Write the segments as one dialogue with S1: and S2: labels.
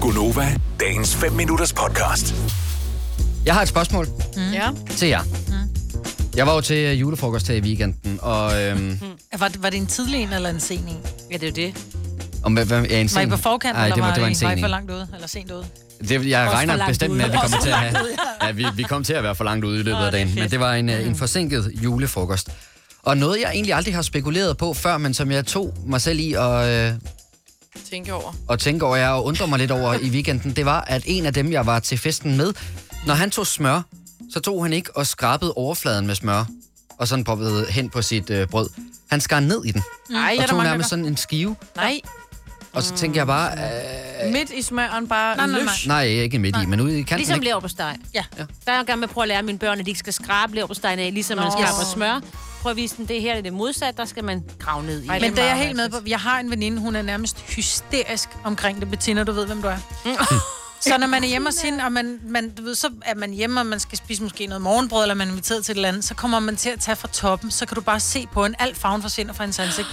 S1: Gunova, dagens 5 minutters podcast.
S2: Jeg har et spørgsmål
S3: Mm.
S4: Ja.
S2: til jer.
S4: Mm.
S2: Jeg var jo til øh, julefrokost her i weekenden, og... Øhm,
S4: Var, det- var det en tidlig en eller en sen en?
S3: Ja, det er jo det.
S5: Mm.
S2: om, hvad, hvad, ja, en
S4: Var I
S2: sen-
S4: på forkant,
S2: Ej,
S4: eller
S2: det var, det var en
S4: I, var I
S2: sen
S4: for
S2: en.
S4: langt ude? Eller sent ude?
S2: Det, jeg
S3: for
S2: regner
S3: langt
S2: bestemt med, at
S3: ude.
S2: vi kommer
S4: Også
S2: til at
S4: for
S2: have...
S4: langt ude,
S2: Ja, vi, vi kom til at være for langt ude i løbet
S3: Åh,
S2: af
S3: det er
S2: dagen, men
S3: fedt.
S2: det var en, øh, en forsinket julefrokost. Og noget, jeg egentlig aldrig har spekuleret på før, men som jeg tog mig selv i og, øh,
S5: tænke over.
S2: og tænke over, jeg og undrer mig lidt over i weekenden, det var, at en af dem, jeg var til festen med, når han tog smør, så tog han ikke og skrabede overfladen med smør, og sådan poppede hen på sit øh, brød. Han skar ned i den.
S5: Nej,
S2: og tog nærmest sådan en skive.
S5: Nej,
S2: Og så tænkte jeg bare, øh,
S5: midt i smøren bare
S4: Nej, nej, nej.
S5: Ah, løs.
S2: nej, ikke midt i, men ude i kanten.
S3: Ligesom
S2: ikke?
S3: leverpostej.
S4: Ja.
S2: Ja.
S3: Der er jeg i gang med at prøve at lære mine børn, at de ikke skal skrabe leverpostejen af, ligesom man
S4: Nå.
S3: skraber
S4: Yes.
S3: smør. Prøv at vise dem, det her det er det modsatte, der skal man grave ned i.
S5: Ej, det
S4: Men det er jeg
S5: meget
S4: helt med på. Jeg har en veninde, hun er nærmest hysterisk omkring det. Bettina, du ved, hvem du er.
S5: Mm.
S4: så når man er hjemme hos hende, og man, man, du ved, så er man hjemme, og man skal spise måske noget morgenbrød, eller man er inviteret til et eller andet, så kommer man til at tage fra toppen, så kan du bare se på en alt farven forsvinder fra hendes ansigt.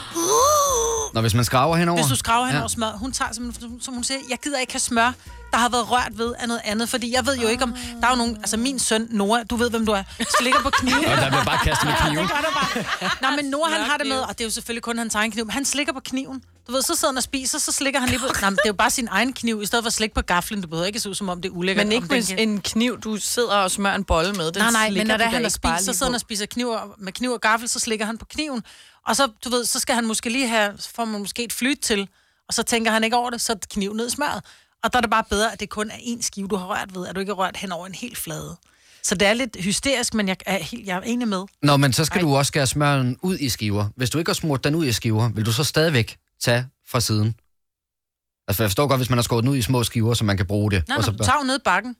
S2: Når hvis man skraver henover.
S4: Hvis du skraver hen
S2: Ja.
S4: ja. over smør, hun tager simpelthen, som hun siger, jeg gider ikke have smør, der har været rørt ved af noget andet, fordi jeg ved jo ikke om, der er jo nogen, altså min søn Nora, du ved hvem du er, skal ligge på knive.
S2: Og der bliver bare kastet med knive.
S4: Nej, men Nora, han har det med, og det er jo selvfølgelig kun hans egen kniv, men han slikker på kniven. Du ved, så sidder han og spiser, så slikker han lige på... Nej, men det er jo bare sin egen kniv, i stedet for at slikke på gaflen. Det behøver ikke se ud, som om det er ulækkert.
S5: Men
S4: om
S5: ikke
S4: den kan-
S5: med en kniv, du sidder og smører en bolle med. Den
S4: Nej, nej, men
S5: slikker
S4: når
S5: du
S4: der
S5: da
S4: han har
S5: ikke bare
S4: spist, så
S5: lige
S4: sidder han
S5: på.
S4: og spiser kniv og, med kniv og gaffel, så slikker han på kniven. Og så, du ved, så skal han måske lige have, så får man måske et flyt til, og så tænker han ikke over det, så er kniven ned i smøret. Og der er det bare bedre, at det kun er én skive, du har rørt ved, at du ikke har rørt hen over en hel flade. Så det er lidt hysterisk, men jeg er, helt, jeg er enig med.
S2: Nå, men så skal Ej. du også skære smøren ud i skiver. Hvis du ikke har smurt den ud i skiver, vil du så stadigvæk tage fra siden? Altså, jeg forstår godt, hvis man har skåret den ud i små skiver, så man kan bruge det.
S4: Nej,
S2: og så
S4: nej, du tager jo ned i bakken.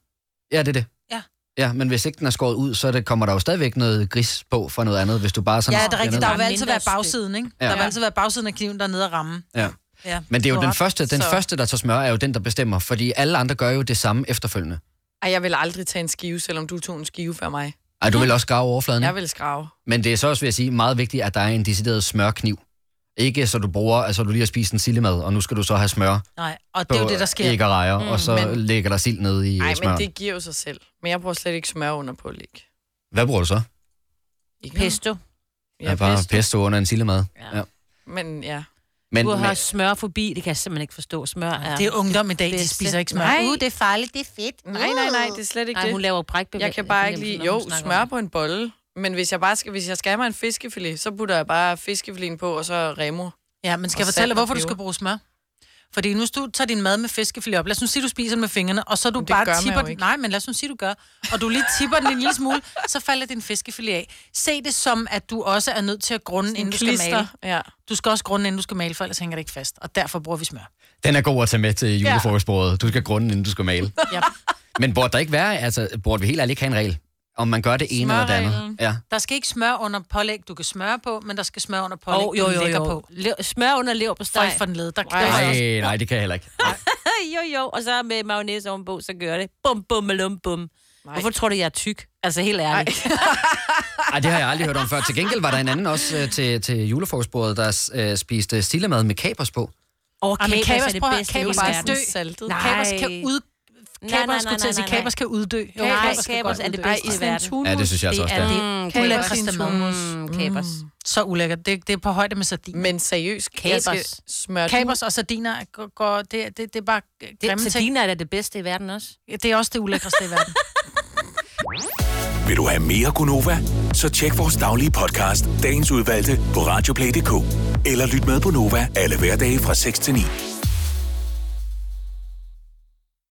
S2: Ja, det er det.
S4: Ja.
S2: Ja, men hvis ikke den er skåret ud, så er det, kommer der jo stadigvæk noget gris på for noget andet, hvis du bare sådan...
S4: Ja, det er rigtigt.
S2: Ja,
S4: Der
S2: ned-
S4: vil
S3: Bare
S4: altid
S3: mindre
S4: være
S3: stykke.
S4: bagsiden, ikke?
S2: Ja.
S4: Der vil altid være bagsiden af kniven, der er nede at ramme.
S2: Ja.
S4: ja.
S2: Men det er jo
S4: Du har
S2: den
S4: ret.
S2: første, den
S5: Så-
S2: første, der tager smør, er jo den, der bestemmer, fordi alle andre gør jo det samme efterfølgende.
S5: Ej, jeg vil aldrig tage en skive, selvom du tog en skive før mig.
S2: Ej,
S4: Mhm.
S2: du vil også grave overfladen.
S5: Jeg
S2: Vil...
S5: vil skrave.
S2: Men det er så også, vil jeg sige, meget vigtigt, at der er en decideret smørkniv. Ikke så du bruger, altså du lige har spist en sillemad, og nu skal du så have smør
S4: Nej, og
S2: på
S4: det er jo det, der sker.
S2: æg og rejer, mm, og så men...
S5: men-
S2: lægger der sild ned i
S5: Nej,
S2: Ej,
S5: men
S2: smør. Det...
S5: det giver jo sig selv. Men jeg bruger slet ikke smør under pålæg.
S2: Hvad bruger du så?
S5: Ikke
S3: Pesto.
S5: noget.
S2: Ja, bare
S5: pesto.
S2: pesto under en sillemad. Ja.
S3: Ja.
S5: Men ja.
S2: Men,
S3: Du har
S2: men,
S3: smørfobi, det kan jeg simpelthen ikke forstå. Smør er...
S4: Det er ungdom i dag, de
S3: bedste.
S4: spiser ikke smør.
S3: Nej,
S4: Uh,
S3: uh, det er farligt, det er fedt.
S5: Nej, nej, nej, det er slet ikke
S3: Nej, hun
S5: det.
S3: laver brækbevæg.
S5: Jeg kan bare ikke lide... Jo, smør på en bolle. Men hvis jeg bare skal, hvis jeg skal have mig en fiskefilet, så putter jeg bare fiskefileten på, og så remo.
S4: Ja, men skal
S5: Og
S4: jeg fortælle dig,
S5: salt og
S4: hvorfor du skal
S5: peber.
S4: bruge smør? Fordi nu hvis du tager din mad med fiskefilet op, lad os nu sige, du spiser den med fingrene, og så du
S5: det
S4: bare
S5: gør man
S4: tipper
S5: jo
S4: den.
S5: ikke.
S4: Nej, men lad os nu sige, du gør. Og du lige tipper den en lille smule, så falder din fiskefilet af. Se det som, at du også er nødt til at grunde, inden du skal male.
S5: Ja.
S4: Du skal også grunde, inden du skal male, for ellers hænger det ikke fast. Og derfor bruger vi smør.
S2: den er god at tage med til julefrokostbordet. Du skal grunde, inden du skal male.
S4: Ja.
S2: Men burde der ikke være, altså, burde vi helt ærligt ikke have en regel? Om man gør det ene eller det andet.
S5: Smørreglen.
S2: Ja.
S4: Der skal ikke smør under pålæg, du kan smøre på, men der skal smør under pålæg,
S3: Oh, jo, jo,
S4: du lægger
S3: jo.
S4: på.
S3: Le- smør under lever på
S4: Føj
S3: steg.
S4: for den led. Der, der
S5: Ej.
S2: Nej, nej, det kan jeg heller ikke.
S3: jo, jo. Og så med mayonnaise ovenpå, så gør det. Bum, bum, malum, bum. Hvorfor tror du, jeg er tyk? Altså, helt ærligt.
S2: Ej, det har jeg aldrig hørt om før. Til gengæld var der en anden også øh, til, til julefrokostbordet, der øh, spiste stillemad med kapers på.
S3: Åh,
S4: Ej, men
S3: kapers er
S4: kapers,
S3: det
S4: prøv at-
S3: bedste. i hele
S4: kapers
S5: Bare
S4: skal
S3: verden.
S5: sådan
S4: dø.
S5: saltet.
S3: Nej.
S4: Kapers kan ud...
S3: nej,
S4: Kapers
S3: nej,
S4: skulle til
S3: nej,
S4: at sige,
S3: nej.
S4: kapers kan uddø. Jo,
S3: Nej,
S4: kan
S3: kapers
S4: godt
S3: er det
S4: uddø.
S3: bedste i verden.
S2: Ja, det synes jeg altså også,
S3: det
S2: det
S3: er.
S2: er.
S3: Det.
S4: kapers
S3: Kapers
S4: i en
S3: Mm, kapers.
S4: Så ulækkert. Det, det er på højde med sardiner.
S5: Men seriøst,
S3: Kapers.
S5: kapers. Smør
S4: Kapers og sardiner går, går det, det, det er bare grimme
S3: Det,
S4: det,
S3: sardiner er da det bedste i verden også.
S4: ting. Det er også det ulækreste i verden.
S1: Vil du have mere Gunova? Så tjek vores daglige podcast, dagens udvalgte, på radioplay.dk. Eller lyt med på Nova alle hverdage fra 6 til 9.